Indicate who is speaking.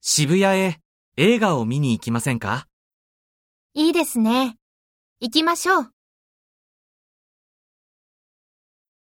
Speaker 1: 渋谷へ映画を見に行きませんか
Speaker 2: いいですね。行きましょう。